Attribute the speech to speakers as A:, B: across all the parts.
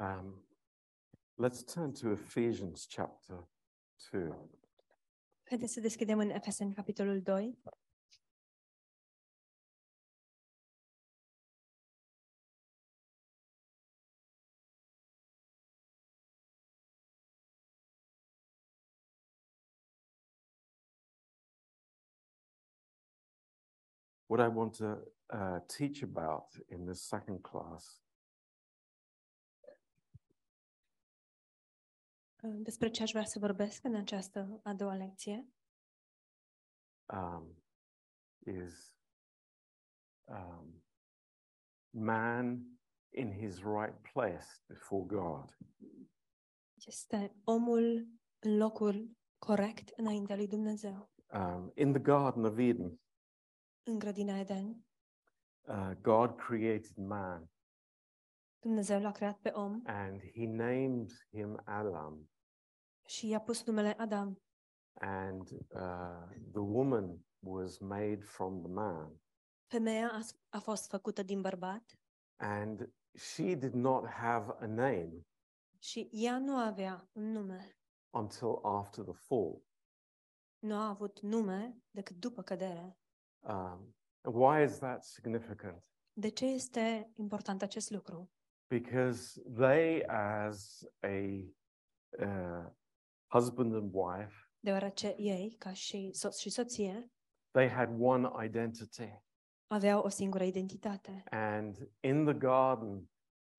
A: Um, let's turn to Ephesians chapter 2.
B: Haideți să deschidem în Efeseni, capitolul 2.
A: What I want to uh, teach about in this second class
B: Uh, Despre ce aș vrea să vorbesc în această a doua lecție
A: um, is um, man in his right place before God.
B: este omul în locul corect înaintea lui Dumnezeu.
A: Um, in the Garden of Eden,
B: În grădina Eden,
A: uh, God created man
B: Dumnezeu l-a creat pe om
A: and he named him Adam.
B: și i-a pus numele Adam.
A: And uh, the woman was made from the man.
B: Femeia a, a fost făcută din bărbat
A: And she did not have a name
B: și ea nu avea un nume.
A: until after the fall.
B: Nu a avut nume decât după cădere.
A: Um, why is that significant?
B: De ce este important acest lucru?
A: Because they, as a uh, husband and wife,
B: Deoarece ei, ca și soț și soție,
A: they had one identity.
B: aveau o singură identitate.
A: And in the garden,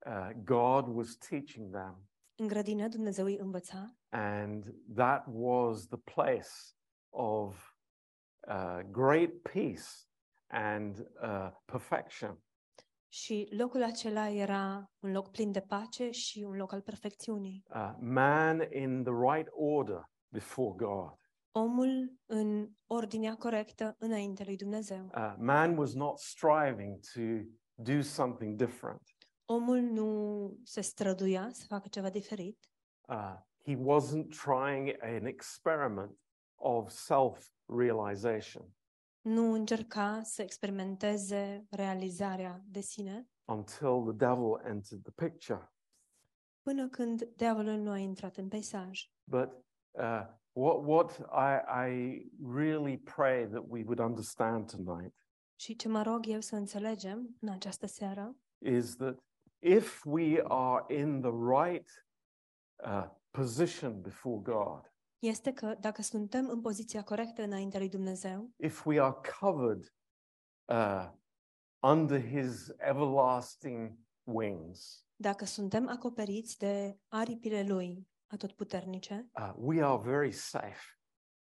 A: uh, God was teaching them.
B: În grădină Dumnezeu îi învăța
A: And that was the place of uh, great peace and uh, perfection.
B: și locul acela era un loc plin de pace și un loc al perfecțiunii.
A: Uh, man in the right order before God.
B: Omul în ordinea corectă înainte lui Dumnezeu.
A: Uh, man was not striving to do something different.
B: Omul nu se străduia să facă ceva diferit.
A: Uh, he wasn't trying an experiment of self realization
B: Nu încerca să experimenteze realizarea de sine
A: until the devil entered the picture.
B: până când diavolul nu a intrat în peisaj.
A: But uh, what, what I, I really pray that we would understand tonight
B: Și ce mă rog eu să înțelegem în această seară
A: is that if we are in the right uh, position before God,
B: este că dacă suntem în poziția corectă înaintea lui Dumnezeu,
A: if we are covered uh, under his everlasting wings,
B: dacă suntem acoperiți de aripile lui atotputernice,
A: uh, we are very safe.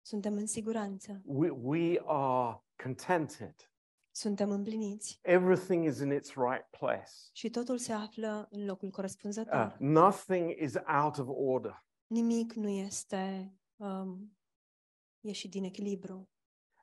B: suntem în siguranță,
A: We, we are contented.
B: suntem împliniți
A: Everything is in its right place.
B: și totul se află în locul corespunzător.
A: Uh, nothing is out of order.
B: Nimic nu este um, ieșit din echilibru.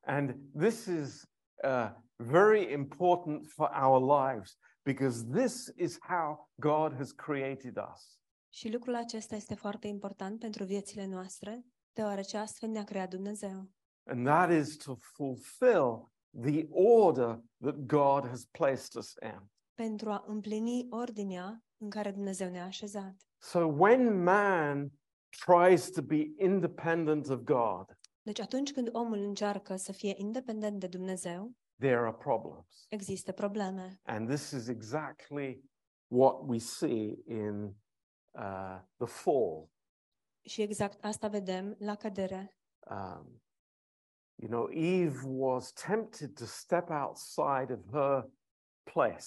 A: And this is uh, very important for our lives because this is how God has created us.
B: Și lucrul acesta este foarte important pentru viețile noastre, deoarece astfel ne-a creat Dumnezeu.
A: And that is to fulfill the order that God has placed us in.
B: Pentru a împlini ordinea în care Dumnezeu ne-a așezat.
A: So when man tries to be independent of God,
B: Deci atunci când omul încearcă să fie independent de Dumnezeu,
A: there are problems.
B: există probleme.
A: And this is exactly what we see in uh, the fall.
B: Și exact asta vedem la cădere.
A: Um, you know, Eve was tempted to step outside of her place,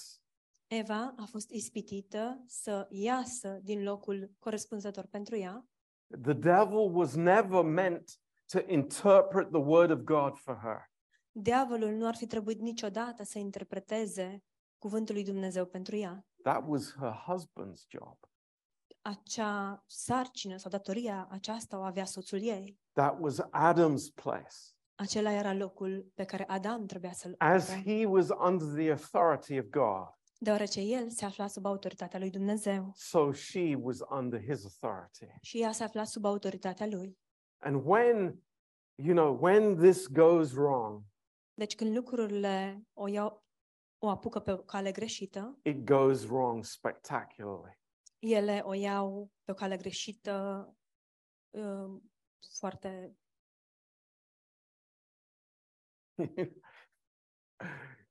B: Eva a fost ispitită să iasă din locul corespunzător pentru ea.
A: the devil was never meant to interpret the word of God for her.
B: Diavolul nu ar fi trebuit niciodată să interpreteze cuvântul lui Dumnezeu pentru ea.
A: That was her husband's job.
B: Acea sarcină sau datoria aceasta o avea soțul ei.
A: That was Adam's place.
B: Acela era locul pe care Adam trebuia să-l
A: As
B: ocupe,
A: he was under the authority of God,
B: deoarece el se afla sub autoritatea lui Dumnezeu
A: so she was under his authority.
B: și ea se afla sub autoritatea lui.
A: And when, you know, when this goes wrong,
B: Deci când lucrurile o iau, o apucă pe o cale greșită,
A: it goes wrong spectacularly.
B: ele o iau pe o cale greșită, uh, foarte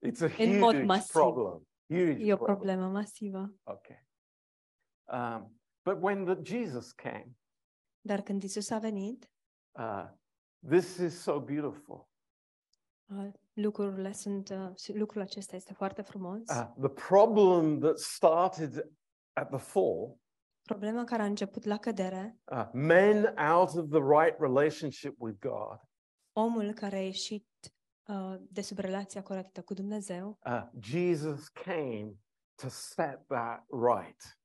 A: it's a
B: In mod
A: huge
B: massive.
A: problem. Huge
B: E o
A: problem.
B: problemă masivă.
A: Okay. Um, but when the Jesus came,
B: Dar când Isus a venit,
A: uh, this is so beautiful.
B: uh, lucrurile sunt, uh, și lucrul acesta este foarte frumos.
A: Uh, the problem that started at the fall,
B: Problema care a început la cădere,
A: uh, men out of the right relationship with God,
B: omul care a ieșit uh, de sub relația corectă cu Dumnezeu,
A: uh, Jesus came to set that right.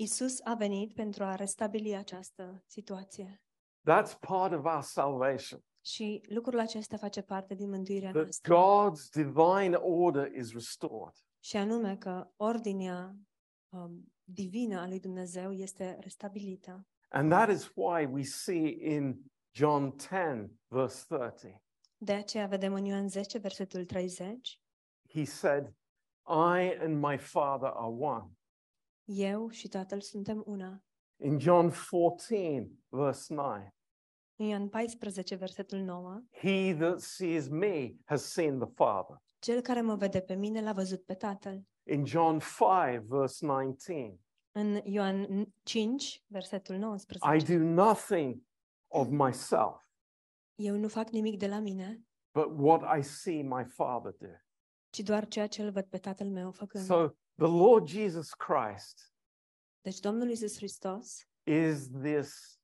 B: Isus a venit pentru a restabili această situație.
A: That's part of our salvation.
B: Și lucrul acesta face parte din mântuirea
A: That
B: noastră.
A: God's divine order is restored.
B: Și anume că ordinea um, divină a lui Dumnezeu este restabilită.
A: And that is why we see in John 10, verse 30,
B: De aceea vedem în Ioan 10, versetul 30,
A: he said, I and my Father are one.
B: Eu și Tatăl suntem una.
A: In John 14, verse 9,
B: În Ioan 14, versetul 9,
A: he that sees me has seen the Father.
B: cel care mă vede pe mine l-a văzut pe Tatăl.
A: In John 5, verse 19,
B: În Ioan 5, versetul
A: I
B: 19,
A: do nothing of myself,
B: eu nu fac nimic de la mine,
A: but what I see my Father do.
B: ci doar ceea ce îl văd pe Tatăl meu făcând.
A: So the Lord Jesus Christ
B: deci Domnul Iisus Hristos
A: is this,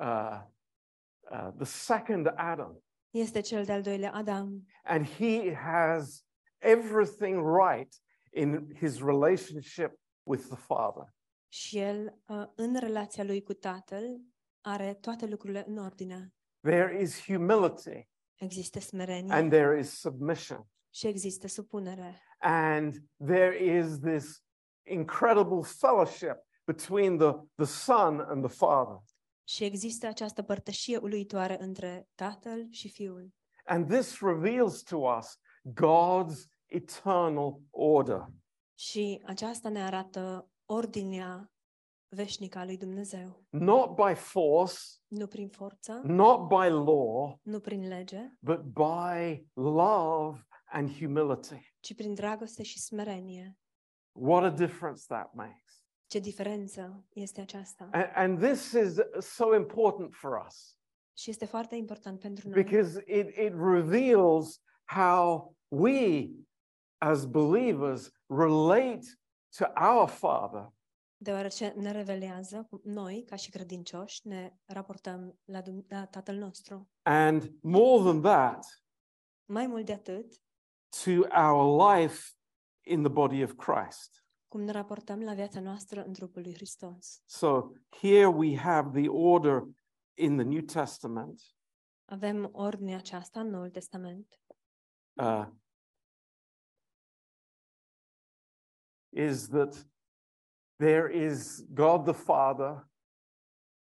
A: uh, uh, the second Adam.
B: este cel de-al doilea Adam
A: and he has everything right in his relationship with the Father.
B: și el, uh, în relația lui cu Tatăl, are toate lucrurile în ordine.
A: There is humility
B: Există smerenie
A: and there is submission,
B: și există supunere.
A: and there is this incredible fellowship between the, the Son and the Father.
B: Și există această părtășie uluitoare între Tatăl și Fiul.
A: And this reveals to us God's eternal order.
B: Și aceasta ne arată ordinea veșnică a lui Dumnezeu.
A: Not by force,
B: Nu prin forță,
A: not by law,
B: nu prin lege,
A: but by love and humility.
B: ci prin dragoste și smerenie.
A: What a difference that makes.
B: Ce diferență este aceasta?
A: And, and this is so important for us
B: Și este foarte important pentru noi,
A: because it, it reveals how we as believers relate to our Father
B: deoarece ne revelează cum noi, ca și credincioși, ne raportăm la, Dum- la Tatăl nostru.
A: and more than that,
B: Mai mult de atât,
A: to our life in the body of Christ.
B: cum ne raportăm la viața noastră în trupul lui Hristos.
A: So here we have the order in the New Testament
B: Avem ordinea aceasta în Noul Testament.
A: uh, is that there is God the Father,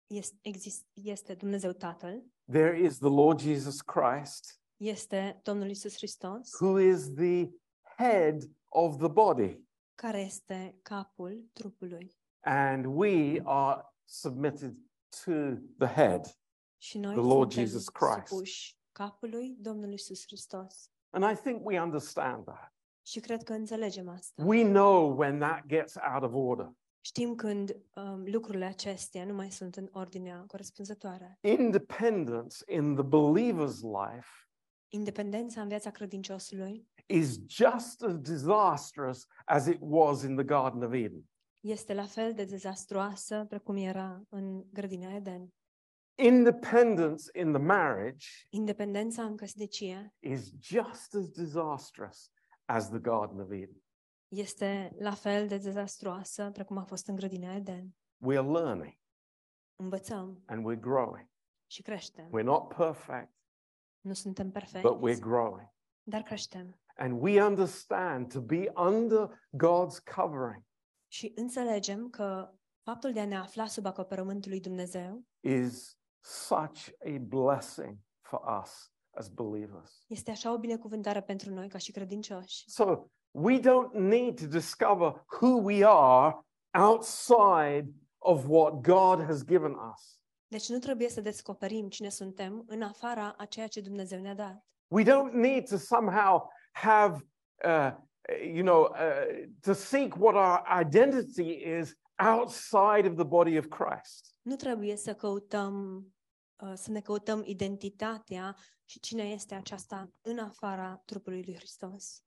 B: Este, exist, este Dumnezeu Tatăl,
A: there is the Lord Jesus Christ,
B: este Domnul Isus Hristos,
A: who is the head of the body,
B: care este capul trupului.
A: and we are submitted to the head.
B: Și noi
A: The Lord
B: suntem
A: Jesus Christ.
B: supuși capului Domnului Isus Hristos.
A: And I think we understand that.
B: Și cred că înțelegem asta.
A: We know when that gets out of order.
B: Știm când um, lucrurile acestea nu mai sunt în ordinea corespunzătoare.
A: Independence in the believer's life
B: Independența în viața credinciosului
A: is just as disastrous as it was in the Garden of Eden.
B: este la fel de dezastruoasă precum era în grădina Eden.
A: independence in the marriage
B: Independența în căsnicie
A: is just as disastrous as the Garden of Eden.
B: este la fel de dezastruoasă precum a fost în grădina Eden.
A: We're learning
B: Învățăm
A: and we're growing.
B: și creștem.
A: We're not perfect,
B: Nu suntem
A: but we're
B: perfecti,
A: growing.
B: dar creștem.
A: And we understand to be under God's covering
B: Și înțelegem că faptul de a ne afla sub acoperământul lui Dumnezeu
A: is such a blessing for us as believers.
B: este așa o binecuvântare pentru noi ca și credincioși.
A: So we don't need to discover who we are outside of what God has given us.
B: Deci nu trebuie să descoperim cine suntem în afara a ceea ce Dumnezeu ne-a dat.
A: We don't need to somehow have, uh, you know, uh, to seek what our identity is outside of the body of Christ.
B: Nu trebuie să căutăm uh, să ne căutăm identitatea și cine este aceasta în afara trupului lui Hristos.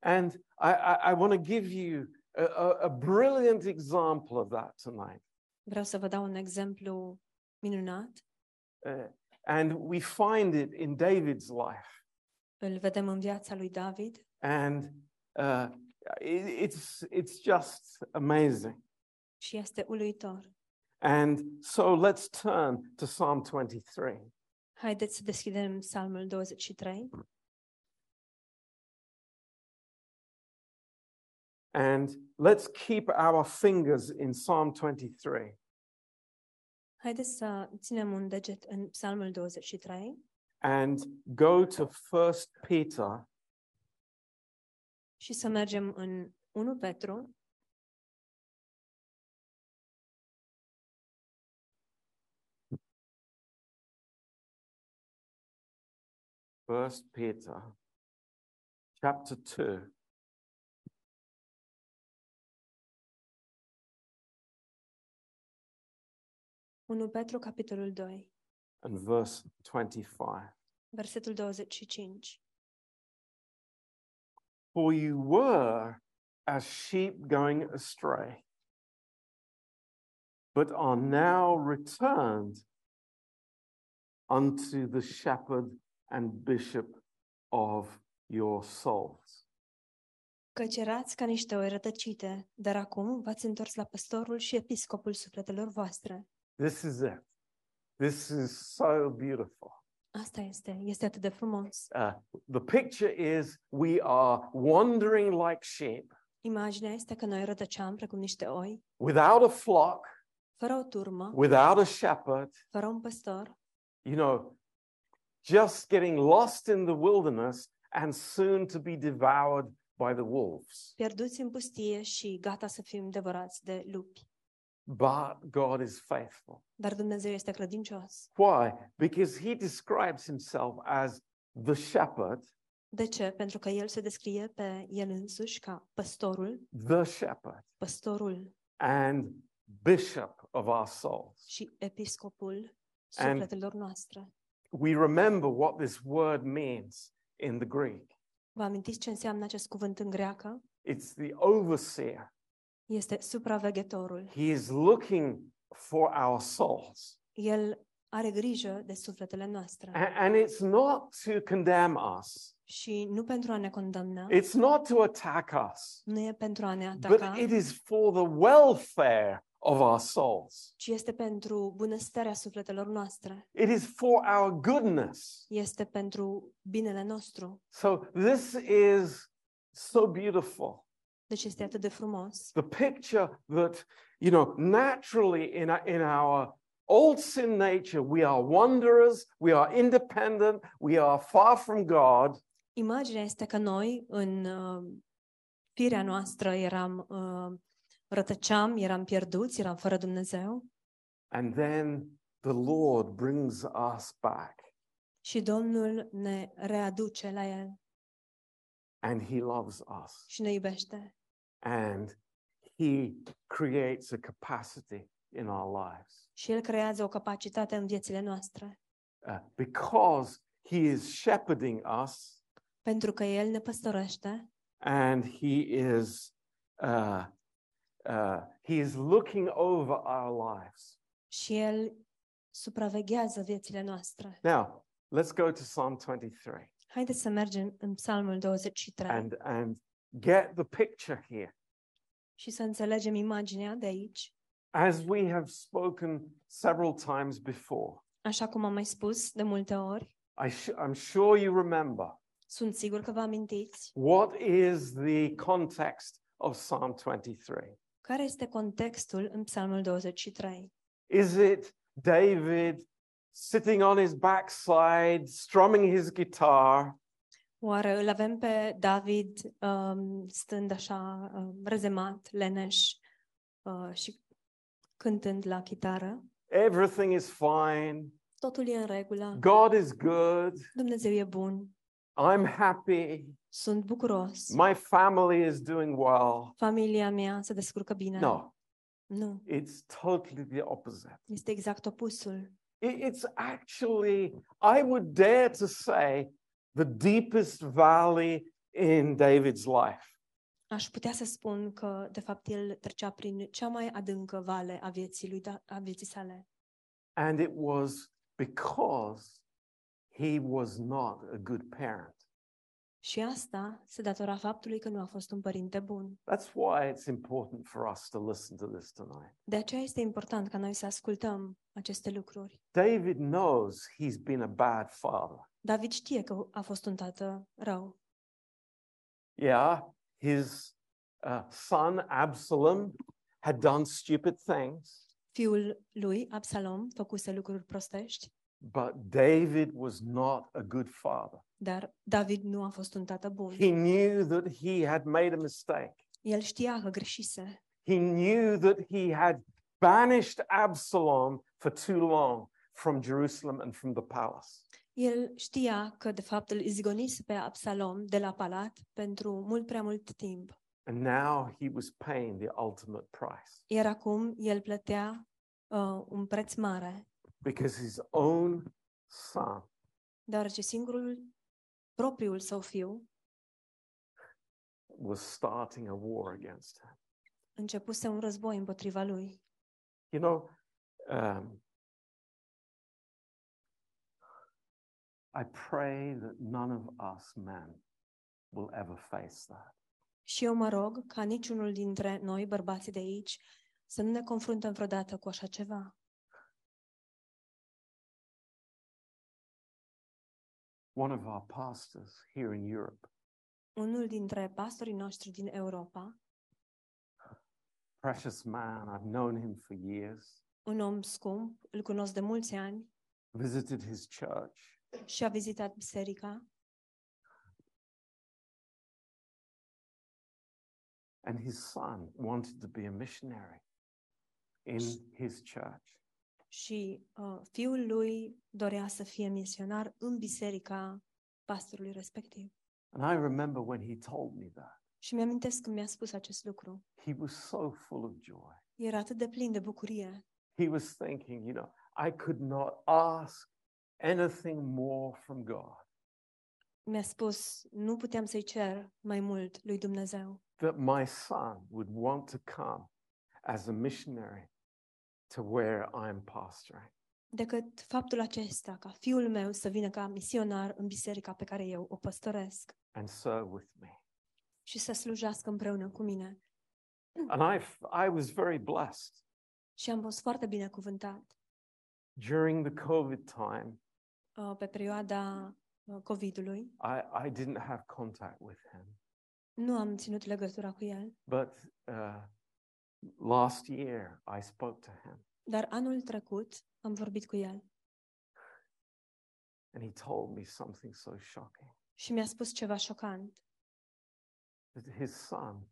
A: And I, I, I want to give you a, a, a brilliant example of that tonight.
B: Vreau să vă dau un exemplu minunat.
A: Uh, and we find it in David's life.
B: Îl vedem în viața lui David
A: And uh, it, it's, it's just amazing.
B: și este uluitor.
A: And so let's turn to Psalm 23.
B: Haideți să deschidem Psalmul 23
A: And let's keep our fingers in Psalm 23.
B: Haideți să ținem un deget în Psalmul 23
A: and go to first peter
B: și să mergem în 1 Petru,
A: first peter chapter 2
B: 1 Petru, capitolul 2,
A: and verse 25
B: versetul 25.
A: for you were as sheep going astray but are now returned unto the shepherd and bishop of your souls
B: Căci erați ca niște oi rătăcite, dar acum v-ați întors la păstorul și episcopul sufletelor voastre.
A: this is it this is so beautiful
B: Asta este, este atât de frumos.
A: uh, the picture is we are wandering like sheep
B: Imaginea este că noi rătăceam precum niște oi,
A: without a flock,
B: fără o turmă,
A: without a shepherd,
B: fără un păstor,
A: you know, just getting lost in the wilderness and soon to be devoured by the wolves.
B: pierduți în pustie și gata să fim devorați de lupi.
A: But God is faithful.
B: Dar Dumnezeu este credincios.
A: Why? Because he describes himself as the shepherd,
B: De ce? Pentru că El se descrie pe El însuși ca păstorul,
A: the shepherd,
B: păstorul
A: and bishop of our souls.
B: și
A: And-
B: episcopul sufletelor noastre.
A: We remember what this word means in the Greek.
B: Vă amintiți ce înseamnă acest cuvânt în greacă?
A: It's the overseer.
B: Este supraveghetorul.
A: He is looking for our souls.
B: El are grijă de sufletele noastre
A: A- And it's not to condemn us,
B: și nu pentru a ne condamna,
A: it's not to attack us,
B: nu e pentru a ne ataca,
A: but it is for the welfare of our souls.
B: ci este pentru bunăstarea sufletelor noastre.
A: It is for our goodness.
B: Este pentru binele nostru.
A: So this is so beautiful.
B: Deci este atât de frumos.
A: The picture that, you know, naturally in our, in our old sin nature, we are wanderers, we are independent, we are far from God.
B: Imaginea este că noi, în uh, firea noastră, eram uh, rătăceam, eram pierduți, eram fără Dumnezeu
A: And then the Lord brings us back
B: și Domnul ne readuce la El
A: and he loves us
B: și ne iubește
A: and he creates a capacity in our lives
B: și El creează o capacitate în viețile noastre,
A: uh, because he is shepherding us
B: pentru că El ne păstorește
A: and he is uh, uh, he is looking over our lives.
B: și El supraveghează viețile noastre.
A: Now, let's go to Psalm 23
B: Haideți să mergem în Psalmul 23
A: and and get the picture here.
B: și să înțelegem imaginea de aici,
A: As we have spoken several times before,
B: așa cum am mai spus de multe ori.
A: I sh- I'm sure you remember
B: Sunt sigur că vă amintiți
A: What is the context of Psalm 23?
B: Care este contextul în Psalmul 23?
A: Is it David sitting on his backside, strumming his guitar,
B: Oare îl avem pe David um, stând așa um, rezemat, leneș, uh, și cântând la chitară.
A: Everything is fine.
B: Totul e în regulă.
A: God is good.
B: Dumnezeu e bun.
A: I'm happy.
B: Sunt bucuros.
A: My family is doing well.
B: Familia mea se descurcă bine.
A: No,
B: Nu.
A: it's totally the opposite.
B: Este exact opusul.
A: It- It's actually, I would dare to say, the deepest valley in David's life.
B: Aș putea să spun că, de fapt, el trecea prin cea mai adâncă vale a vieții lui, Da- a vieții sale.
A: And it was because he was not a good parent.
B: Și asta se datora faptului că nu a fost un părinte bun.
A: That's why it's important for us to listen to this tonight.
B: De aceea este important ca noi să ascultăm aceste lucruri.
A: David knows he's been a bad father.
B: David știe că a fost un tată rău.
A: Yeah, his uh, son Absalom had done stupid things,
B: Fiul lui, Absalom, făcuse lucruri prostești,
A: but David was not a good father.
B: dar David nu a fost un tată bun.
A: He knew that he had made a mistake.
B: El știa că greșise.
A: He knew that he had banished Absalom for too long from Jerusalem and from the palace.
B: El știa că, de fapt, îl izgonise pe Absalom de la palat pentru mult prea mult timp.
A: And now he was paying the ultimate price
B: Iar acum el plătea uh, un preț mare,
A: because his own son
B: deoarece singurul, propriul său fiu,
A: was starting a war against him.
B: începuse un război împotriva lui.
A: You know, um, I pray that none of us men will ever face that.
B: Și eu mă rog ca niciunul dintre noi, bărbații de aici, să nu ne confruntăm vreodată cu așa ceva.
A: One of our pastors here in Europe,
B: Unul dintre pastorii noștri din Europa,
A: precious man, I've known him for years,
B: un om scump, îl cunosc de mulți ani
A: visited his church,
B: și a vizitat biserica
A: and his son wanted to be a missionary in his church.
B: și uh, fiul lui dorea să fie misionar în biserica pastorului respectiv.
A: And I remember when he told me that,
B: Și mi-amintesc când mi-a spus acest lucru.
A: he was so full of joy.
B: Era atât de plin de bucurie.
A: he was thinking, you know, I could not ask anything more from God
B: Mi-a spus, nu puteam să-i cer mai mult lui Dumnezeu,
A: that my son would want to come as a missionary to where I'm pastoring.
B: decât faptul acesta ca fiul meu să vină ca misionar în biserica pe care eu o păstoresc
A: And so with me.
B: și să slujească împreună cu mine.
A: And I, f- I was very blessed
B: Și am fost foarte binecuvântat
A: during the COVID time.
B: uh, pe perioada uh, COVID-ului.
A: I, I didn't have contact with him.
B: Nu am ținut legătura cu el,
A: But uh, last year, I spoke to him
B: Dar anul trecut am vorbit cu el
A: and he told me something so shocking
B: și mi-a spus ceva șocant,
A: that his son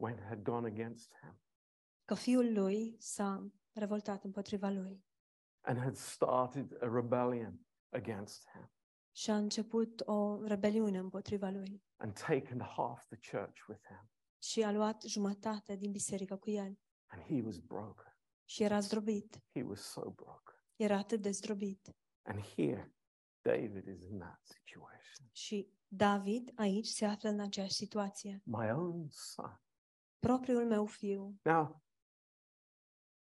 A: went, had gone against him.
B: că fiul lui s-a revoltat împotriva lui
A: and had started a rebellion against him
B: și a început o rebeliune împotriva lui
A: and taken half the church with him.
B: și a luat jumătate din biserică cu el
A: And he was broken.
B: și era zdrobit,
A: He was so broken.
B: era atât de zdrobit.
A: And here, David is in that situation.
B: Și David aici se află în aceeași situație.
A: My own son.
B: Propriul meu fiu,
A: Now,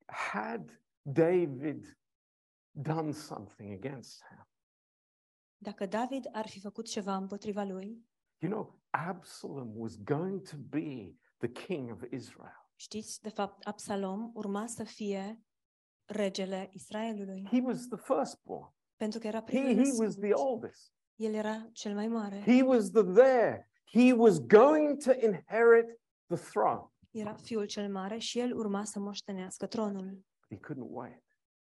A: had David done something against him,
B: dacă David ar fi făcut ceva împotriva lui,
A: you know, Absalom was going to be the king of Israel.
B: știți, de fapt, Absalom urma să fie regele Israelului,
A: He was the firstborn,
B: pentru că era
A: he,
B: primul
A: he was the
B: născut.
A: oldest.
B: El era cel mai mare.
A: He was the there. He was going to inherit the throne.
B: Era fiul cel mare și el urma să moștenească tronul.
A: He couldn't wait,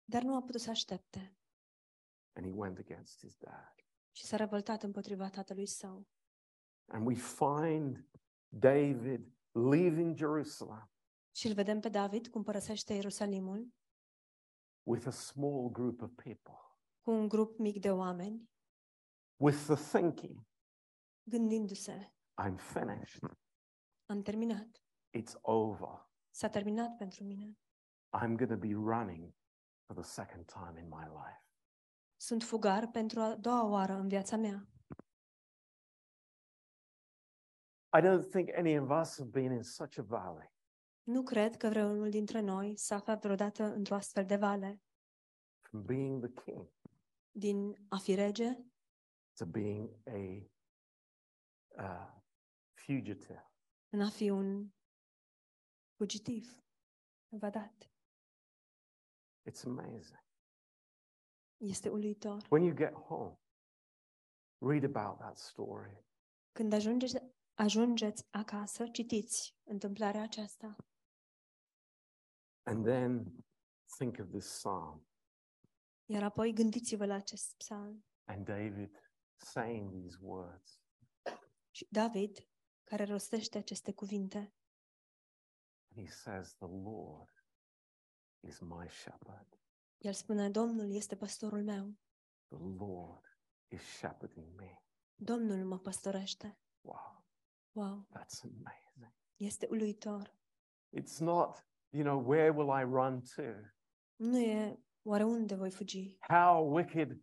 B: Dar nu a putut să aștepte
A: and he went against his dad.
B: și s-a revoltat împotriva tatălui său.
A: And we find David leaving Jerusalem
B: Și îl vedem pe David cum părăsește Ierusalimul
A: with a small group of people,
B: cu un grup mic de oameni,
A: with the thinking,
B: gândindu-se,
A: I'm finished,
B: am terminat,
A: it's over,
B: s-a terminat pentru mine,
A: I'm going to be running for the second time in my life.
B: sunt fugar pentru a doua oară în viața mea.
A: I don't think any of us have been in such a valley.
B: Nu cred că vreunul dintre noi s-a aflat vreodată într-o astfel de vale,
A: from being the king
B: din a fi rege
A: to being a uh, fugitive.
B: în a fi un fugitiv, evadat.
A: It's amazing.
B: Este uluitor.
A: When you get home, read about that story.
B: Când ajungeți, ajungeți acasă, citiți întâmplarea aceasta
A: And then think of this psalm
B: Iar apoi gândiți-vă la acest psalm.
A: and David saying these words
B: Și David, care rostește aceste cuvinte,
A: And he says, The Lord is my shepherd.
B: el spune, Domnul este păstorul meu,
A: The Lord is shepherding me.
B: Domnul mă păstorește.
A: Wow,
B: Wow,
A: that's amazing.
B: este uluitor.
A: It's not, you know, where will I run to?
B: Nu e oare unde voi fugi,
A: How wicked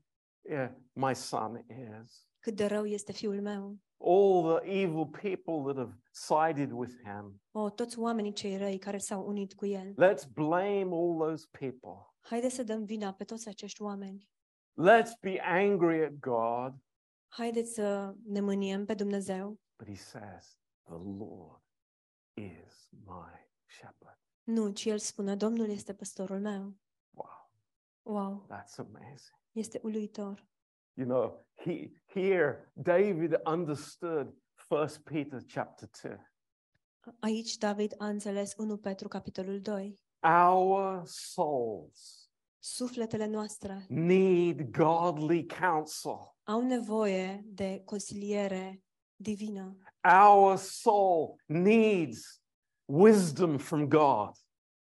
A: uh, my son is.
B: cât de rău este fiul meu.
A: all the evil people that have sided with him.
B: O, toți oamenii cei răi care s-au unit cu el.
A: Let's blame all those people.
B: Haideți să dăm vina pe toți acești oameni.
A: Let's be angry at God.
B: Haideți să ne mâniem pe Dumnezeu.
A: But he says, The Lord is my shepherd.
B: Nu, ci el spune, Domnul este păstorul meu.
A: Wow,
B: Wow,
A: that's amazing.
B: este uluitor.
A: You know, he here David understood First Peter chapter 2.
B: Aici David a înțeles 1 Petru capitolul 2.
A: Our souls
B: Sufletele noastre
A: need godly counsel.
B: au nevoie de consiliere divină.
A: Our soul needs wisdom from God.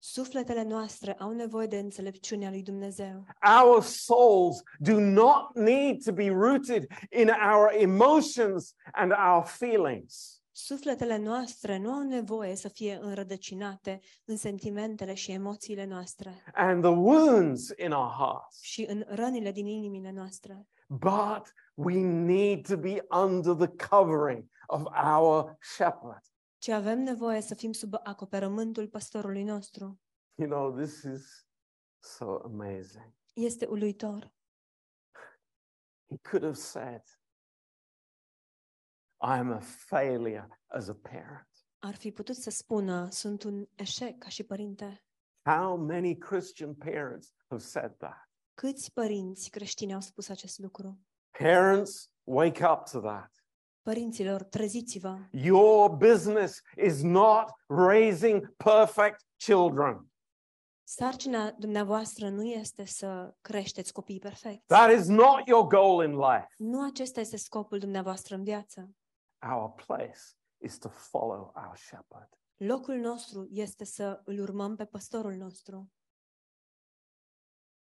B: Sufletele noastre au nevoie de înțelepciunea lui Dumnezeu.
A: Our souls do not need to be rooted in our emotions and our feelings.
B: Sufletele noastre nu au nevoie să fie înrădăcinate în sentimentele și emoțiile noastre
A: And the wounds in our hearts,
B: și în rănile din inimile noastre,
A: but we need to be under the covering of our shepherd.
B: ci avem nevoie să fim sub acoperământul păstorului nostru.
A: You know, this is so amazing.
B: Este uluitor.
A: He could have said, I'm a failure as a parent.
B: Ar fi putut să spună, sunt un eșec ca și părinte.
A: How many Christian parents have said that?
B: Câți părinți creștini au spus acest lucru?
A: Parents, wake up to that.
B: Părinților, treziți-vă!
A: Your business is not raising perfect children.
B: Sarcina dumneavoastră nu este să creșteți copiii perfecți.
A: That is not your goal in life.
B: Nu acesta este scopul dumneavoastră în viață.
A: Our place is to follow our shepherd.
B: Locul nostru este să îl urmăm pe păstorul nostru.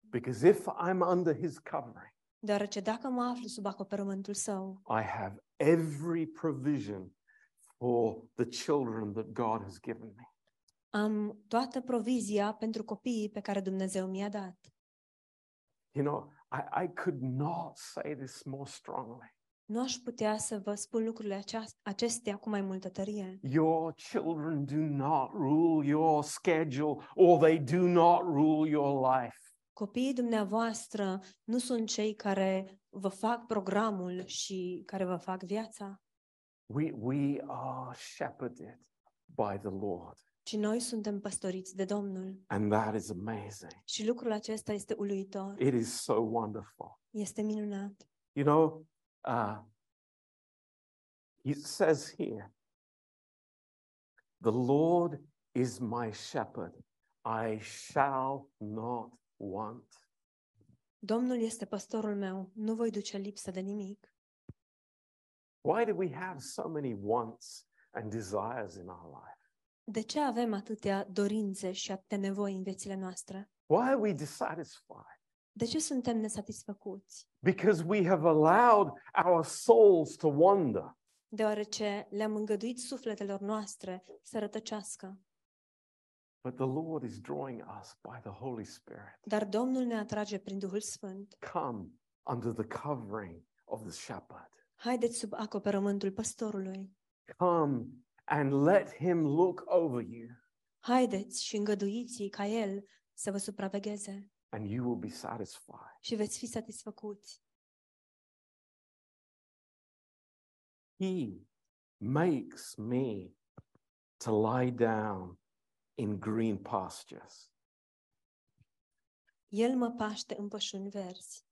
A: Because if I'm under his covering,
B: Deoarece dacă mă aflu sub acoperământul său,
A: I have every provision for the children that God has given me.
B: am toată provizia pentru copiii pe care Dumnezeu mi-a dat.
A: You know, I, I could not say this more strongly.
B: Nu aș putea să vă spun lucrurile aceast- acestea cu mai multă tărie.
A: Your children do not rule your schedule or they do not rule your life.
B: Copiii dumneavoastră nu sunt cei care vă fac programul și care vă fac viața.
A: We, we are shepherded by the Lord,
B: ci noi suntem păstoriți de Domnul.
A: and that is amazing.
B: Și lucrul acesta este uluitor,
A: It is so wonderful.
B: este minunat.
A: You know, uh, he says here, The Lord is my shepherd, I shall not want.
B: Domnul este păstorul meu, nu voi duce lipsă de nimic.
A: Why do we have so many wants and desires in our life?
B: De ce avem atâtea dorințe și atâtea nevoi în viețile noastre?
A: Why are we dissatisfied?
B: De ce suntem nesatisfăcuți?
A: Because we have allowed our souls to wander.
B: Deoarece le-am îngăduit sufletelor noastre să rătăcească.
A: But the Lord is drawing us by the Holy Spirit.
B: Dar Domnul ne atrage prin Duhul Sfânt.
A: Come under the covering of the shepherd.
B: Haideți sub acoperământul păstorului.
A: Come and let him look over you,
B: Haideți și îngăduiți ca El să vă supravegheze
A: and you will be satisfied.
B: și veți fi satisfăcuți.
A: He makes me to lie down in green pastures.
B: El mă paște în pășuni verzi.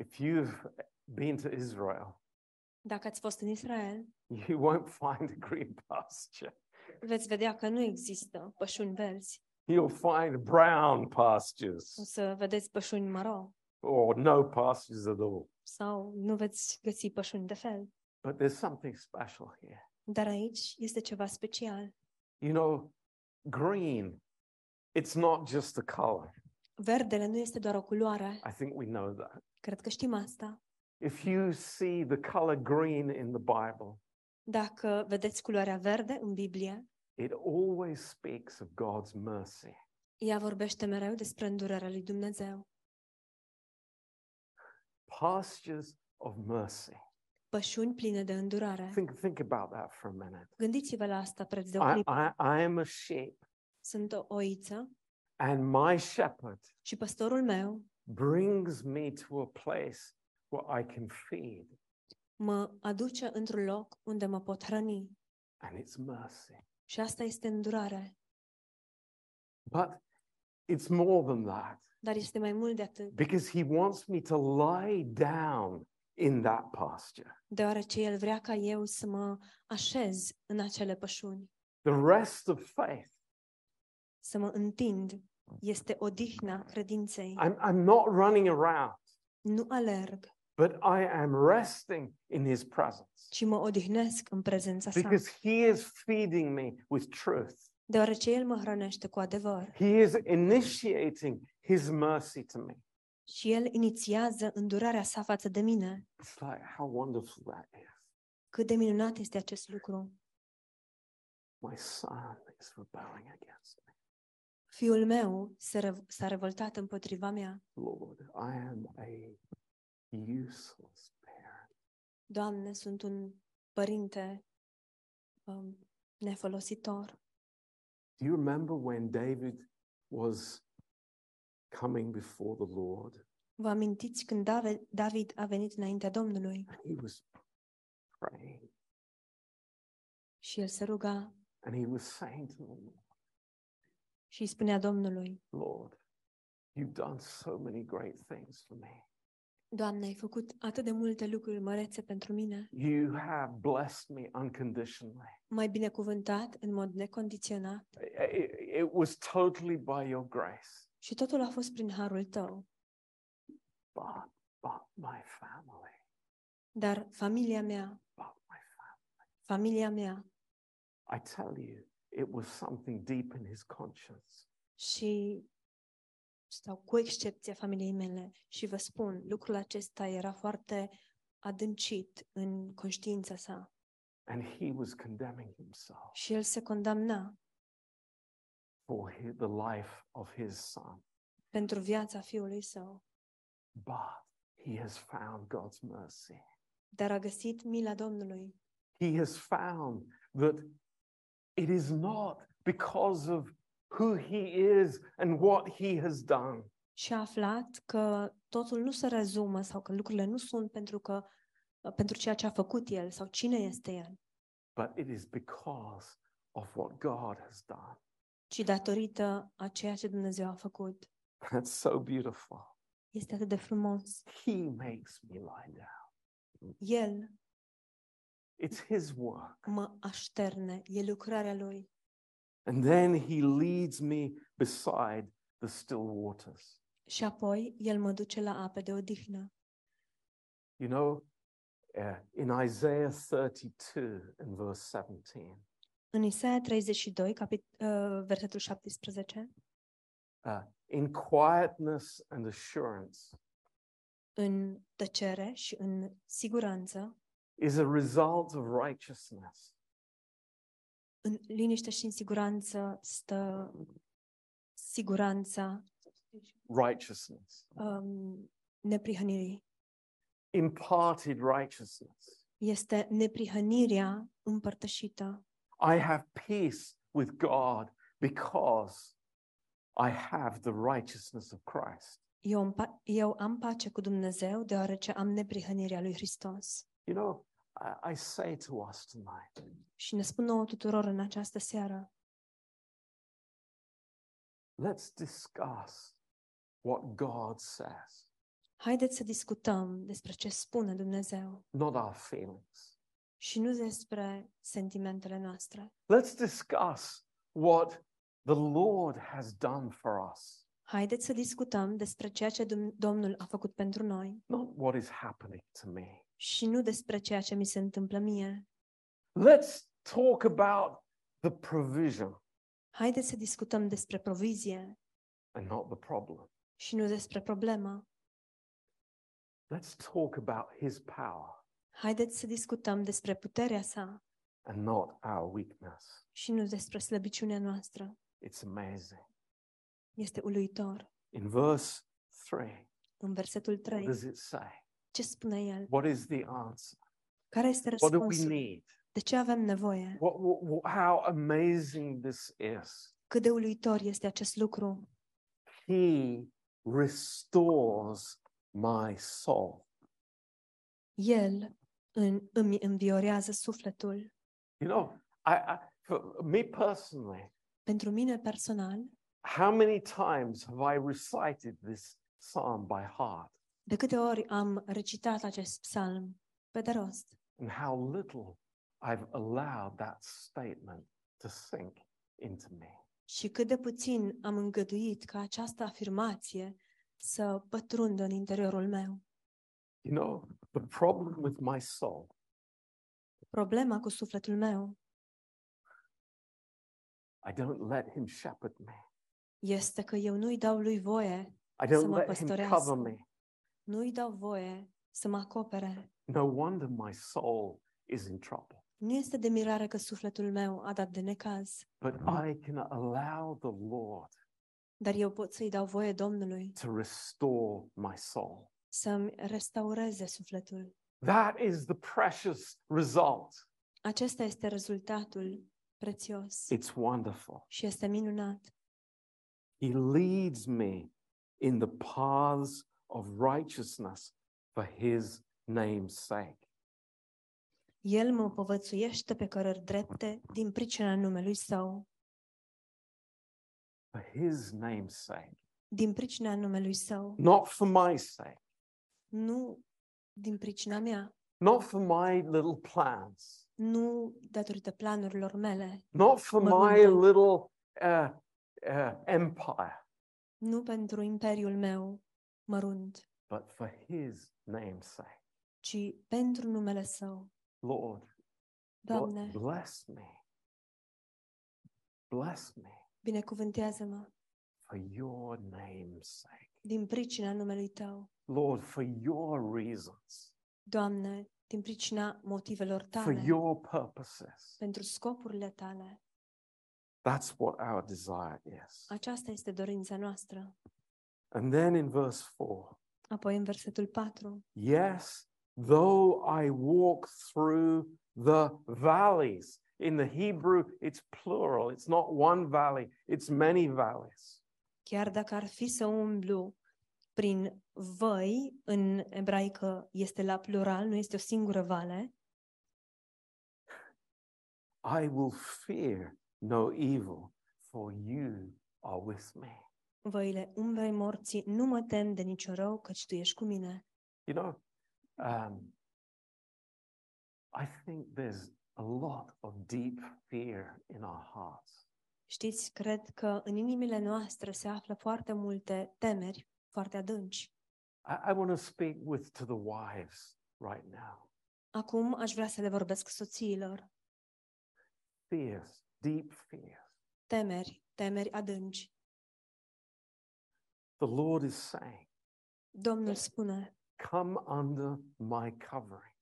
A: If you've been to Israel,
B: Dacă ați fost în Israel,
A: you won't find a green pasture.
B: veți vedea că nu există pășuni verzi.
A: You'll find brown
B: O
A: pastures
B: să vedeți pășuni maro
A: or no pastures at all.
B: sau nu veți găsi pășuni de fel.
A: But there's something special here.
B: Dar aici este ceva special.
A: You know, green, it's not just a color.
B: Verdele nu este doar o culoare.
A: I think we know that.
B: Cred că știm asta.
A: If you see the color green in the Bible,
B: Dacă vedeți culoarea verde în Biblie,
A: it always speaks of God's mercy.
B: ea vorbește mereu despre îndurarea lui Dumnezeu.
A: Pastures of mercy.
B: Pășuni pline de îndurare.
A: Think, think about that for a minute.
B: Gândiți-vă la asta preț de o
A: I,
B: clipă.
A: I, I am a sheep,
B: Sunt o oiță
A: and my shepherd
B: și păstorul meu
A: brings me to a place where I can feed,
B: mă aduce într-un loc unde mă pot hrăni.
A: and it's mercy.
B: Și asta este îndurare.
A: But it's more than that,
B: Dar este mai mult de atât,
A: because he wants me to lie down in that pasture.
B: deoarece el vrea ca eu să mă așez în acele pășuni,
A: The rest of faith,
B: să mă întind. Este odihna credinței.
A: I'm, I'm not running around.
B: Nu alerg,
A: but I am resting in his presence
B: ci mă odihnesc în prezența sa,
A: because he is feeding me with truth.
B: deoarece el mă hrănește cu adevăr
A: He is initiating his mercy to me.
B: și el inițiază îndurarea sa față de mine.
A: It's like how wonderful that is.
B: Cât de minunat este acest lucru.
A: My son is rebelling against me.
B: Fiul meu se rev- s-a revoltat împotriva mea.
A: Lord, I am a useless parent.
B: Doamne, sunt un părinte um, nefolositor.
A: Do you remember when David was coming before the Lord?
B: Vă amintiți când Dave- David a venit înaintea Domnului
A: He was praying
B: și el se ruga
A: and he was saying to the Lord,
B: și îi spunea Domnului,
A: Lord, you've done so many great things for me.
B: Doamne, ai făcut atât de multe lucruri mărețe pentru mine.
A: You have blessed me unconditionally.
B: Mai binecuvântat în mod necondiționat
A: I- I- It, was totally by your grace,
B: și totul a fost prin harul tău.
A: but, but my family,
B: Dar familia mea,
A: but my family.
B: familia mea
A: I tell you, it was something deep in his conscience.
B: și sau cu excepția familiei mele și vă spun, lucrul acesta era foarte adâncit în conștiința sa
A: And he was condemning himself
B: și el se condamna
A: for hi- the life of his son.
B: pentru viața fiului său,
A: But he has found God's mercy.
B: dar a găsit mila Domnului.
A: he has found that it is not because of who he is and what he has done,
B: Și a aflat că totul nu se rezumă sau că lucrurile nu sunt pentru că pentru ceea ce a făcut el sau cine este el,
A: but it is because of what God has done.
B: ci datorită a ceea ce Dumnezeu a făcut.
A: That's so beautiful.
B: Este atât de frumos.
A: He makes me lie down.
B: El
A: It's his work.
B: mă așterne, e lucrarea lui.
A: And then he leads me beside the still waters.
B: Și apoi el mă duce la ape de odihnă.
A: You know, uh, in Isaiah 32 and verse 17.
B: În Isaia 32, capit- uh, versetul 17,
A: In quietness and assurance
B: în tăcere și în siguranță,
A: is a result of righteousness.
B: în liniște și în siguranță stă siguranța
A: Righteousness.
B: um, neprihănirii.
A: Imparted righteousness.
B: Este neprihănirea împărtășită.
A: I have peace with God because I have the righteousness of Christ.
B: Eu, am pa- eu am pace cu Dumnezeu deoarece am neprihănirea lui Hristos.
A: You know, I, I say to us tonight
B: Și ne spun nouă tuturor în această seară,
A: let's discuss what God says,
B: haideți să discutăm despre ce spune Dumnezeu
A: not our feelings.
B: și nu despre sentimentele noastre.
A: Let's discuss what the Lord has done for us,
B: Haideți să discutăm despre ceea ce Dum- Domnul a făcut pentru noi
A: not what is happening to me.
B: și nu despre ceea ce mi se întâmplă mie.
A: Let's talk about the provision
B: Haideți să discutăm despre provizie
A: and not the problem.
B: și nu despre problemă.
A: Let's talk about His power
B: Haideți să discutăm despre puterea sa
A: and not our weakness.
B: și nu despre slăbiciunea noastră.
A: It's amazing.
B: Este uluitor.
A: In verse 3,
B: În versetul
A: what
B: 3,
A: does it say?
B: ce spune el?
A: What is the answer?
B: Care este
A: What do we
B: răspunsul?
A: need?
B: De ce avem nevoie?
A: What, what- what- how amazing this is.
B: Cât de uluitor este acest lucru?
A: He restores my soul.
B: El în, îmi înviorează sufletul.
A: You know, I, I, for me personally,
B: Pentru mine personal,
A: how many times have I recited this psalm by heart?
B: de câte ori am recitat acest psalm pe de rost
A: And how little I've allowed that statement to sink into me.
B: și cât de puțin am îngăduit ca această afirmație să pătrundă în interiorul meu.
A: You know, the problem with my soul
B: Problema cu sufletul meu
A: I don't let him shepherd me.
B: este că eu nu-i dau lui voie,
A: I don't
B: mă
A: let him cover
B: păstorească.
A: me.
B: nu-i dau voie să mă acopere.
A: No wonder my soul is in trouble.
B: Nu este de mirare că sufletul meu a dat de necaz,
A: But I can allow the Lord
B: dar eu pot să-i dau voie Domnului
A: to restore my soul.
B: să-mi restaureze sufletul.
A: That is the precious result.
B: Acesta este rezultatul prețios
A: It's wonderful.
B: și este minunat.
A: He leads me in the paths of righteousness for his name's sake.
B: El mă povățuiește pe cărări drepte din pricina numelui său.
A: For his name's sake.
B: Din pricina numelui său.
A: Not for my sake.
B: Nu din pricina mea.
A: Not for my little plans.
B: Nu datorită planurilor mele.
A: not for my
B: Măgândul.
A: little uh, uh, empire,
B: Nu pentru imperiul meu mărunt,
A: but for his name's sake.
B: ci pentru numele său.
A: Lord, Lord,
B: Doamne,
A: bless me. Bless me
B: binecuvântează-mă
A: for your name's sake.
B: din pricina numelui tău.
A: Lord, for your reasons,
B: Doamne, din pricina motivelor
A: for
B: tale,
A: your purposes.
B: pentru scopurile tale.
A: That's what our desire is.
B: Aceasta este dorința noastră.
A: And then in verse 4
B: Apoi în versetul 4.
A: Yes, though I walk through the valleys. In the Hebrew, it's plural. It's not one valley, it's many valleys.
B: chiar dacă ar fi să umblu prin văi, în ebraică este la plural, nu este o singură vale,
A: I will fear no evil, for you are with me.
B: văile umbrei morții, nu mă tem de niciun rău, căci tu ești cu mine.
A: You know, um, I think there's a lot of deep fear in our hearts.
B: Știți, cred că în inimile noastre se află foarte multe temeri, foarte adânci.
A: I, I want to speak with to the wives right now.
B: Acum aș vrea să le vorbesc soțiilor.
A: fears, deep fears.
B: Temeri, temeri adânci.
A: The Lord is saying,
B: Domnul spune,
A: Come under my covering,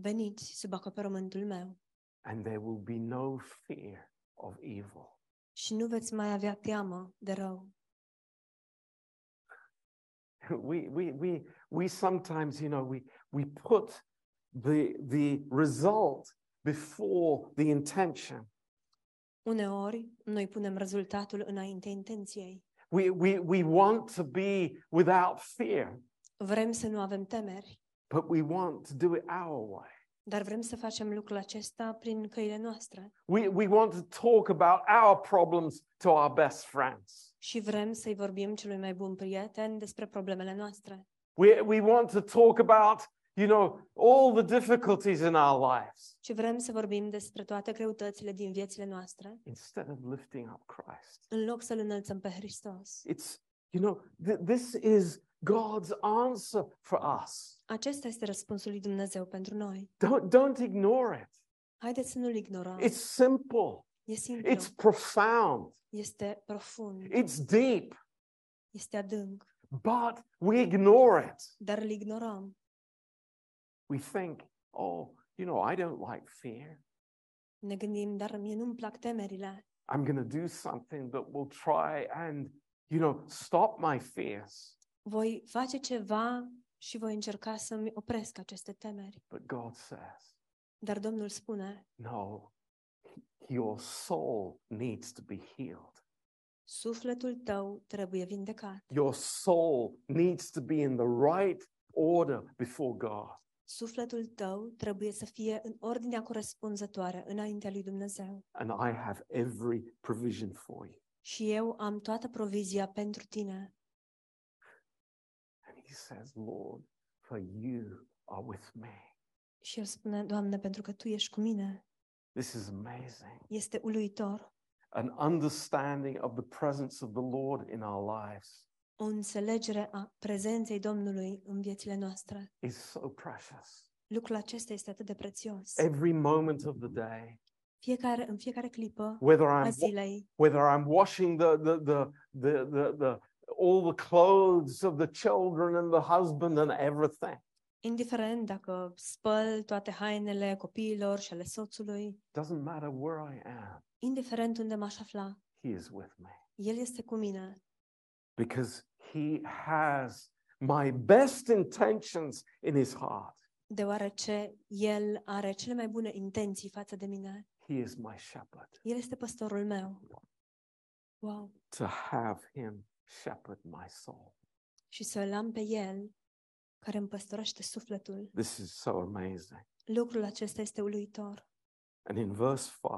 B: veniți sub acoperământul meu
A: and there will be no fear of evil.
B: și nu veți mai avea teamă de rău.
A: we, we, we, we sometimes, you know, we, we put the, the result before the intention.
B: Uneori, noi punem rezultatul înaintea intenției.
A: We, we, we want to be without fear,
B: Vrem să nu avem temeri,
A: but we want to do it our way.
B: dar vrem să facem lucrul acesta prin căile noastre
A: We, we want to talk about our problems to our best friends.
B: și vrem să-i vorbim celui mai bun prieten despre problemele noastre.
A: We, we want to talk about, you know, all the difficulties in our lives
B: Și vrem să vorbim despre toate greutățile din viețile noastre,
A: instead of lifting up Christ.
B: în loc să-L înălțăm pe Hristos.
A: It's, you know, th- this is God's answer for us.
B: Acesta este răspunsul lui Dumnezeu pentru noi.
A: Don't, don't ignore it.
B: Haideți să nu-L ignorăm.
A: It's simple,
B: e simplu,
A: it's profound,
B: este profund,
A: it's deep,
B: este adânc,
A: but we ignore it.
B: dar îl ignorăm.
A: We think, oh, you know, I don't like fear.
B: Ne gândim, dar mie nu-mi plac temerile.
A: I'm going to do something that will try and, you know, stop my fears.
B: Voi face ceva și voi încerca să-mi opresc aceste temeri.
A: But God says,
B: Dar Domnul spune,
A: no, your soul needs to be healed.
B: sufletul tău trebuie vindecat.
A: Your soul needs to be in the right order before God.
B: Sufletul tău trebuie să fie în ordinea corespunzătoare înaintea lui Dumnezeu.
A: And I have every provision for you.
B: Și eu am toată provizia pentru tine.
A: And he says, Lord, for you are with me.
B: Și el spune, Doamne, pentru că Tu ești cu mine.
A: This is amazing.
B: Este uluitor.
A: An understanding of the presence of the Lord in our lives
B: O înțelegere a prezenței Domnului în viețile noastre.
A: is so precious.
B: Lucrul acesta este atât de prețios.
A: Every moment of the day,
B: Fiecare, în fiecare clipă
A: whether
B: a
A: I'm
B: zilei,
A: whether I'm washing the the the the the, the all the clothes of the children and the husband and everything
B: indiferent dacă spăl toate hainele copiilor și ale soțului,
A: doesn't matter where I am
B: indiferent unde m-aș afla,
A: he is with me
B: El este cu mine,
A: because he has my best intentions in his heart
B: deoarece El are cele mai bune intenții față de mine.
A: he is my shepherd
B: El este păstorul meu. Wow!
A: to have him shepherd my soul.
B: Și să-L am pe El, care îmi păstorește sufletul.
A: This is so amazing.
B: Lucrul acesta este uluitor.
A: And in verse 5,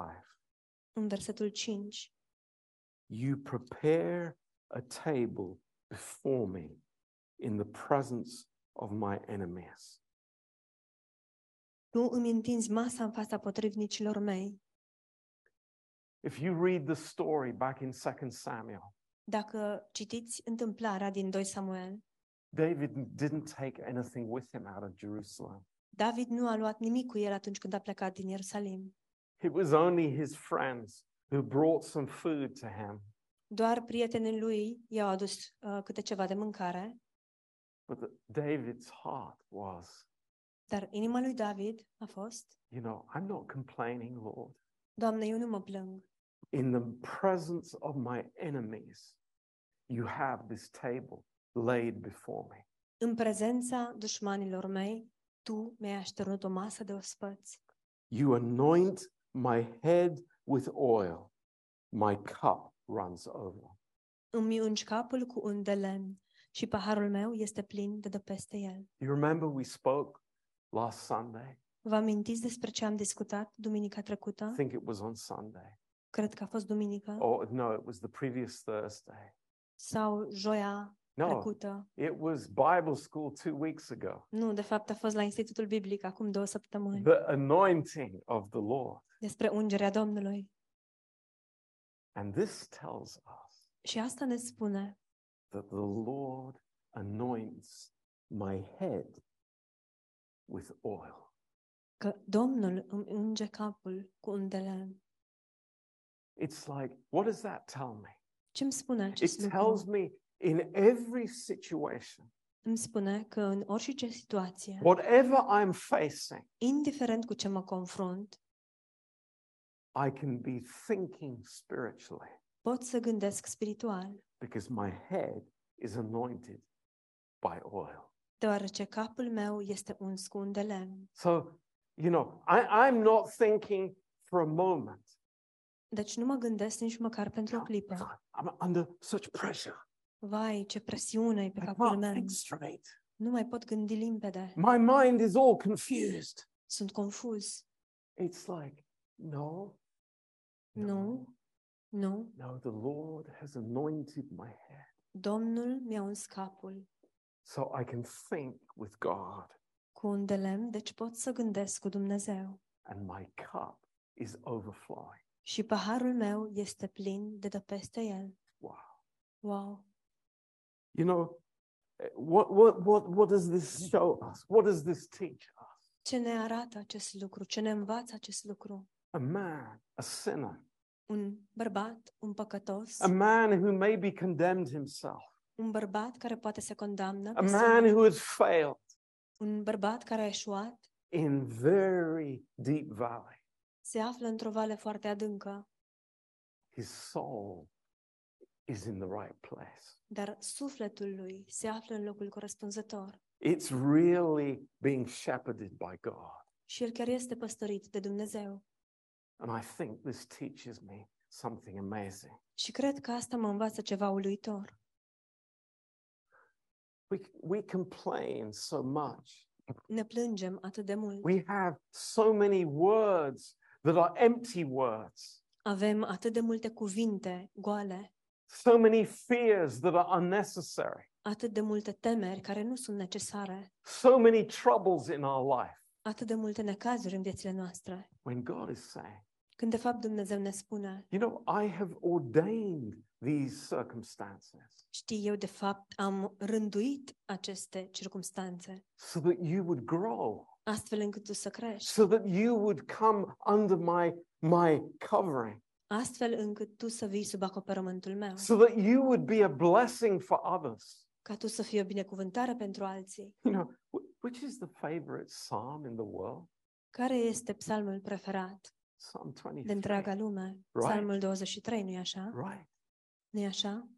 B: În versetul 5,
A: you prepare a table before me in the presence of my enemies.
B: Tu îmi întinzi masa în fața potrivnicilor mei.
A: If you read the story back in 2 Samuel,
B: Dacă citiți întâmplarea din 2 Samuel,
A: David didn't take anything with him out of Jerusalem.
B: David nu a luat nimic cu el atunci când a plecat din Ierusalim.
A: It was only his friends who brought some food to him.
B: Doar prietenii lui i-au adus uh, câte ceva de mâncare,
A: But the, David's heart was,
B: dar inima lui David a fost,
A: you know, I'm not complaining, Lord.
B: Doamne, eu nu mă plâng.
A: In the presence of my enemies, you have this table laid before me.
B: În prezența dușmanilor mei, Tu mi-ai așternut o masă de ospăți.
A: You anoint my head with oil, my cup runs over.
B: Îmi ungi capul cu un de lemn și paharul meu este plin de dă peste el.
A: You remember we spoke last Sunday?
B: Vă amintiți despre ce am discutat duminica
A: I
B: trecută?
A: think it was on Sunday.
B: Cred că a fost duminică
A: Or no, it was the previous Thursday.
B: sau joia
A: No,
B: trecută.
A: it was Bible school two weeks ago.
B: Nu, de fapt a fost la Institutul Biblic acum două săptămâni.
A: The anointing of the Lord.
B: despre ungerea Domnului.
A: And this tells us
B: Și asta ne spune,
A: that the Lord anoints my head with oil.
B: că Domnul îmi înge capul cu un delen.
A: It's like, what does that tell me?
B: Ce îmi spune
A: It
B: acest lucru?
A: tells me in every situation,
B: Îmi spune că în orice situație,
A: whatever I'm facing,
B: indiferent cu ce mă confrunt,
A: I can be thinking spiritually
B: pot să gândesc spiritual,
A: because my head is anointed by oil.
B: deoarece capul meu este uns cu un delen.
A: So, you know, I, I'm not thinking for a moment.
B: Deci nu mă gândesc nici măcar pentru o
A: "God,
B: clipă.
A: I'm under such pressure.
B: Vai, ce presiune e pe
A: I
B: capul
A: can't
B: meu.
A: think straight.
B: Nu mai pot gândi limpede.
A: My mind is all confused.
B: Sunt confuz.
A: It's like, no,
B: Nu, nu.
A: no, the Lord has anointed my head
B: Domnul mi-a uns capul
A: so I can think with God
B: cu un delem, deci pot să gândesc cu Dumnezeu.
A: and my cup is overflowing.
B: Și paharul meu este plin de dă peste el.
A: Wow.
B: Wow!
A: You know, eh, what, what, what, what does this show us? What does this teach us?
B: Ce ne arată acest lucru? Ce ne învață acest lucru?
A: A man, a sinner,
B: Un bărbat, un păcătos,
A: a man who maybe condemned himself,
B: un bărbat care poate se condamnă,
A: a
B: pe
A: man
B: sine,
A: who has failed
B: un bărbat care a eșuat,
A: in very deep valley.
B: se află într-o vale foarte adâncă,
A: His soul is in the right place.
B: dar sufletul lui se află în locul corespunzător
A: It's really being shepherded by God.
B: și el chiar este păstorit de Dumnezeu.
A: And I think this teaches me something amazing.
B: Și cred că asta mă învață ceva uluitor.
A: We, we complain so much.
B: Ne plângem atât de mult.
A: We have so many words that are empty words,
B: Avem atât de multe cuvinte goale,
A: so many fears that are unnecessary,
B: atât de multe temeri care nu sunt necesare,
A: so many troubles in our life.
B: atât de multe necazuri în viețile noastre.
A: When God is saying,
B: Când de fapt Dumnezeu ne spune,
A: you know, I have ordained these circumstances
B: știi, eu de fapt am rânduit aceste circumstanțe,
A: so that you would grow,
B: astfel încât tu să crești,
A: so that you would come under my, my covering.
B: astfel încât tu să vii sub acoperământul meu,
A: so that you would be a blessing for others.
B: ca tu să fii o binecuvântare pentru alții.
A: You know, wh- which is the favorite psalm in the world?
B: Care este psalmul preferat
A: Psalm
B: de
A: 23.
B: întreaga lume? Psalmul 23, nu-i așa?
A: Right.
B: Nu-i așa?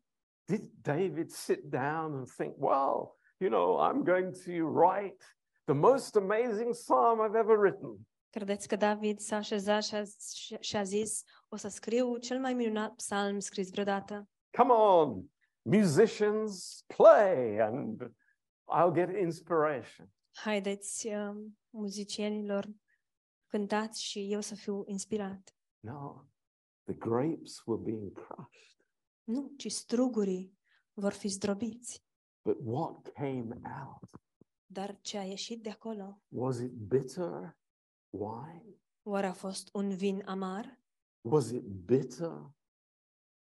A: Did David sit down and think, well, you know, I'm going to write the most amazing psalm I've ever written?
B: Credeți că David s-a așezat și a, și- și a zis, o să scriu cel mai minunat psalm scris vreodată?
A: Come on, musicians, play, and I'll get inspiration.
B: Haideți, uh, muzicienilor, cântați și eu să fiu inspirat.
A: No, the grapes were being crushed,
B: Nu, ci strugurii vor fi zdrobiți.
A: but what came out?
B: Dar ce a ieșit de acolo?
A: Was it bitter wine?
B: Oare a fost un vin amar?
A: Was it bitter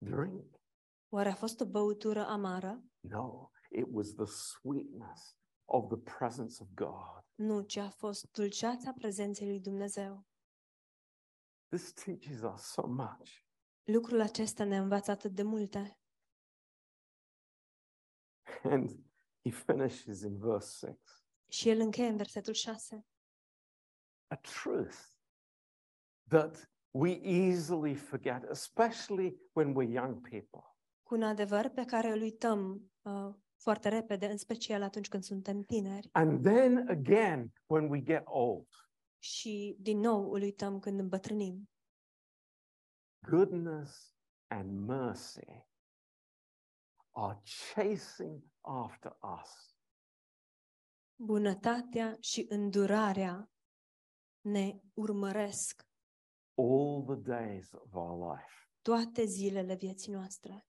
A: drink?
B: Oare a fost o băutură amară?
A: No, it was the sweetness of the presence of God.
B: Nu, ci a fost dulceața prezenței lui Dumnezeu.
A: This teaches us so much.
B: Lucrul acesta ne învață atât de multe.
A: And he finishes in verse 6
B: Și el încheie în versetul 6.
A: a truth that we easily forget, especially when we're young people.
B: cu un adevăr pe care îl uităm uh, foarte repede, în special atunci când suntem tineri.
A: And then again when we get old.
B: Și din nou îl uităm când îmbătrânim.
A: Goodness and mercy are chasing after us
B: Bunătatea și îndurarea ne urmăresc
A: all the days of our life.
B: toate zilele vieții noastre.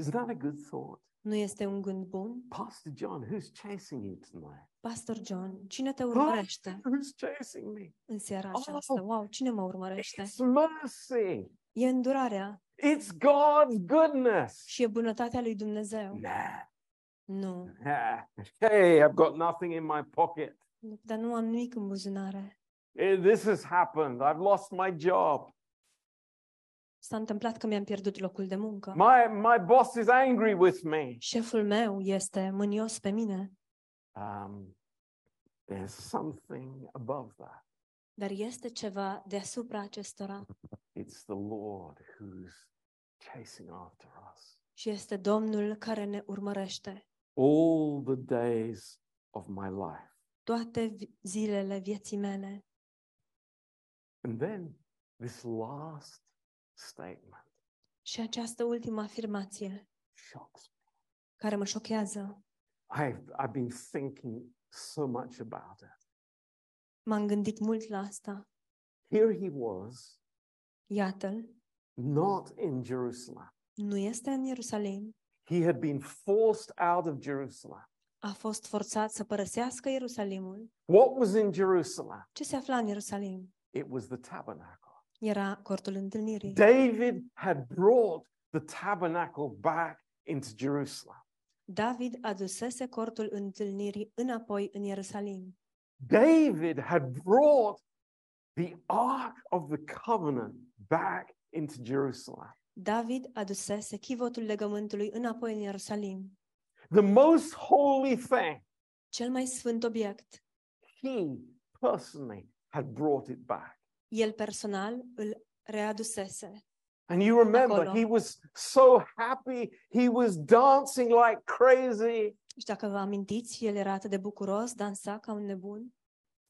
A: Isn't that a good thought?
B: Nu este un gând bun?
A: Pastor John, who's chasing you tonight?
B: Pastor John, cine te urmărește
A: Who's chasing me?
B: în seara
A: Oh!
B: aceasta? Wow, cine mă urmărește?
A: It's mercy.
B: E îndurarea
A: It's God's goodness.
B: și e bunătatea lui Dumnezeu.
A: Nah,
B: Nu,
A: nah. Hey, I've got nothing in my pocket.
B: nu, dar nu am nimic în buzunare.
A: Eh, This has happened. I've lost my job.
B: S-a întâmplat că mi-am pierdut locul de muncă.
A: My, my boss is angry with me.
B: Șeful meu este mânios pe mine,
A: Um, there's something above that.
B: dar este ceva deasupra acestora
A: It's the Lord who's chasing after us.
B: și este Domnul care ne urmărește
A: All the days of my life.
B: toate vi- zilele vieții mele.
A: And then this last statement
B: Și această ultimă afirmație
A: shocks me.
B: care mă șochează,
A: I've, I've been thinking so much about it.
B: m-am gândit mult la asta.
A: Here he was,
B: Iată-l,
A: not in Jerusalem.
B: nu este în Ierusalim,
A: He had been forced out of Jerusalem.
B: a fost forțat să părăsească Ierusalimul.
A: What was in Jerusalem?
B: Ce se afla în Ierusalim?
A: It was the tabernacle.
B: Era cortul întâlnirii.
A: David had brought the tabernacle back into Jerusalem.
B: David adusese cortul întâlnirii înapoi în Ierusalim.
A: David had brought the Ark of the Covenant back into Jerusalem.
B: David adusese chivotul legământului înapoi în Ierusalim,
A: The most holy thing,
B: cel mai sfânt obiect.
A: he personally had brought it back.
B: El personal îl readusese.
A: And you remember,
B: Acolo.
A: he was so happy. He was dancing like crazy.
B: Și dacă vă amintiți, el era atât de bucuros, dansa ca un nebun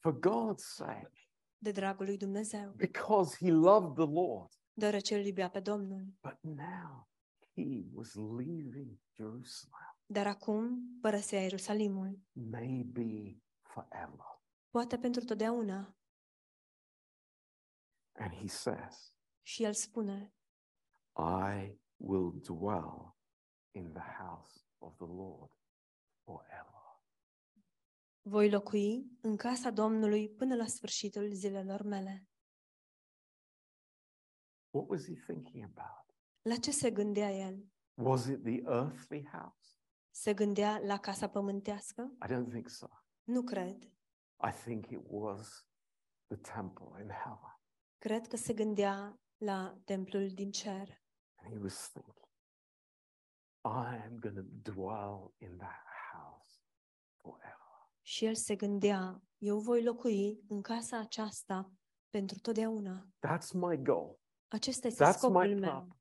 A: For God's sake,
B: de dragul lui Dumnezeu,
A: because he loved the Lord.
B: deoarece îl iubea pe Domnul.
A: But now he was leaving Jerusalem,
B: Dar acum părăsea Ierusalimul,
A: maybe forever.
B: poate pentru totdeauna.
A: And he says,
B: Și el spune,
A: I will dwell in the house of the Lord forever.
B: voi locui în casa Domnului până la sfârșitul zilelor mele.
A: What was he thinking about?
B: La ce se gândea el?
A: Was it the earthly house?
B: Se gândea la casa pământească?
A: I don't think so.
B: Nu cred.
A: I think it was the temple in heaven.
B: Cred că se gândea la templul din cer.
A: And he was thinking, I am going to dwell in that house forever.
B: Și el se gândea, eu voi locui în casa aceasta pentru totdeauna.
A: That's my goal.
B: Acesta este
A: That's my
B: scopul meu.
A: purpose.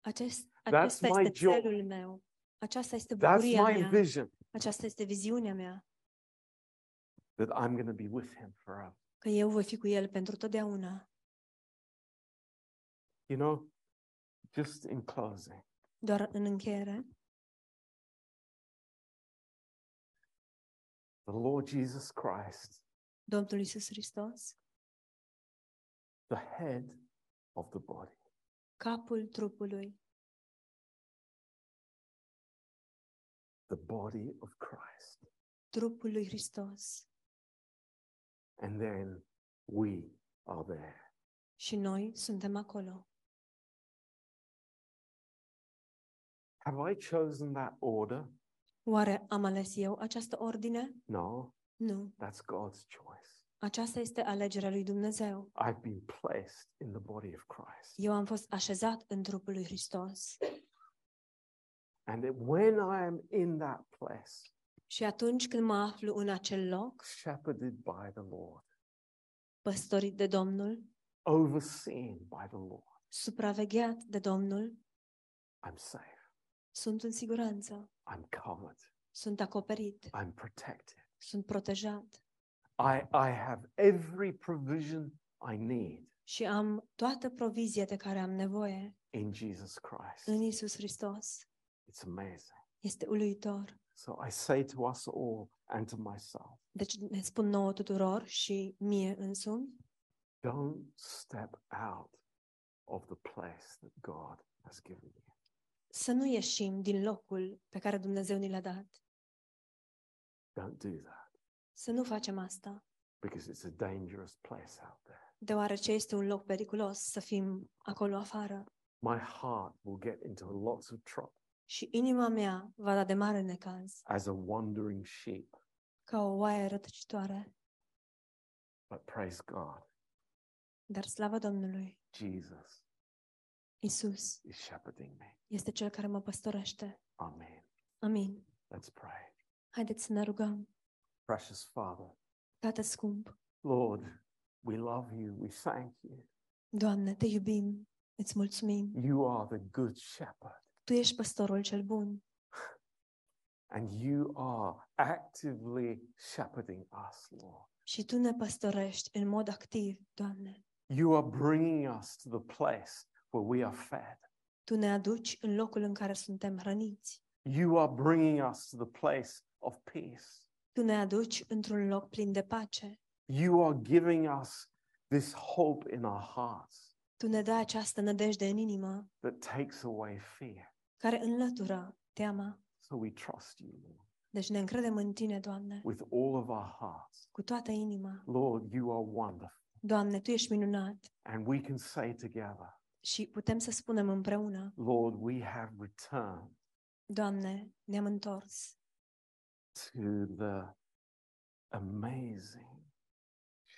B: Acest, acesta
A: my
B: este
A: joy.
B: celul meu. Aceasta este
A: That's
B: bucuria
A: my
B: mea.
A: vision
B: Aceasta este viziunea mea.
A: that I'm going to be with him forever.
B: Că eu voi fi cu el pentru totdeauna.
A: You know, just in closing,
B: Doar în încheiere,
A: the Lord Jesus Christ,
B: Domnul Iisus Hristos,
A: the head of the body,
B: capul trupului,
A: the body of Christ.
B: trupul lui Hristos.
A: And then we are there.
B: Și noi suntem acolo.
A: Have I chosen that order?
B: Oare am ales eu această ordine?
A: No,
B: Nu.
A: that's God's choice.
B: Aceasta este alegerea lui Dumnezeu.
A: I've been placed in the body of Christ.
B: Eu am fost așezat în trupul lui Hristos.
A: And that when I am in that place,
B: Și atunci când mă aflu în acel loc,
A: shepherded by the Lord,
B: păstorit de Domnul,
A: overseen by the Lord,
B: supravegheat de Domnul,
A: I'm safe,
B: sunt în siguranță,
A: I'm covered,
B: sunt acoperit,
A: I'm protected.
B: sunt protejat
A: I, I have every provision I need
B: și am toată provizia de care am nevoie
A: in Jesus Christ.
B: în Isus Hristos.
A: It's amazing.
B: Este uluitor.
A: So I say to us all and to myself
B: Deci ne spun nouă tuturor și mie însumi,
A: don't step out of the place that God has given you.
B: să nu ieșim din locul pe care Dumnezeu ni l-a dat.
A: Don't do that
B: Să nu facem asta,
A: because it's a dangerous place out there.
B: deoarece este un loc periculos să fim acolo afară
A: My heart will get into lots of trouble
B: și inima mea va da de mare necaz
A: as a wandering sheep.
B: ca o oaie rătăcitoare.
A: But praise God,
B: Dar slavă Domnului,
A: Jesus
B: Isus
A: is shepherding me.
B: este Cel care mă păstorește.
A: Amen.
B: Amin.
A: Let's pray.
B: Haideți să ne rugăm.
A: Precious Father,
B: Tată scump,
A: Lord, we love you. We thank you.
B: Doamne, Te iubim, îți mulțumim.
A: You are the good shepherd,
B: Tu ești păstorul cel bun
A: and you are actively shepherding us, Lord.
B: și Tu ne păstorești în mod activ, Doamne.
A: You are bringing us to the place where we are fed.
B: Tu ne aduci în locul în care suntem hrăniți.
A: You are bringing us to the place of peace.
B: Tu ne aduci într-un loc plin de pace.
A: You are giving us this hope in our hearts
B: Tu ne dai această nădejde în inimă
A: that takes away fear.
B: care înlătură teama.
A: So we trust you, Lord,
B: Deci ne încredem în Tine, Doamne,
A: with all of our hearts.
B: cu toată inima.
A: Lord, you are wonderful.
B: Doamne, Tu ești minunat
A: And we can say together,
B: și putem să spunem împreună,
A: Lord, we have returned
B: Doamne, ne-am întors
A: to the amazing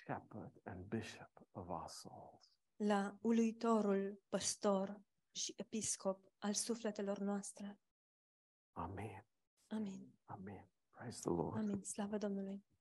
A: shepherd and bishop of our souls.
B: la uluitorul păstor și episcop al sufletelor noastre.
A: Amen.
B: Amin.
A: Amen. Praise the Lord.
B: Amin. Slavă Domnului.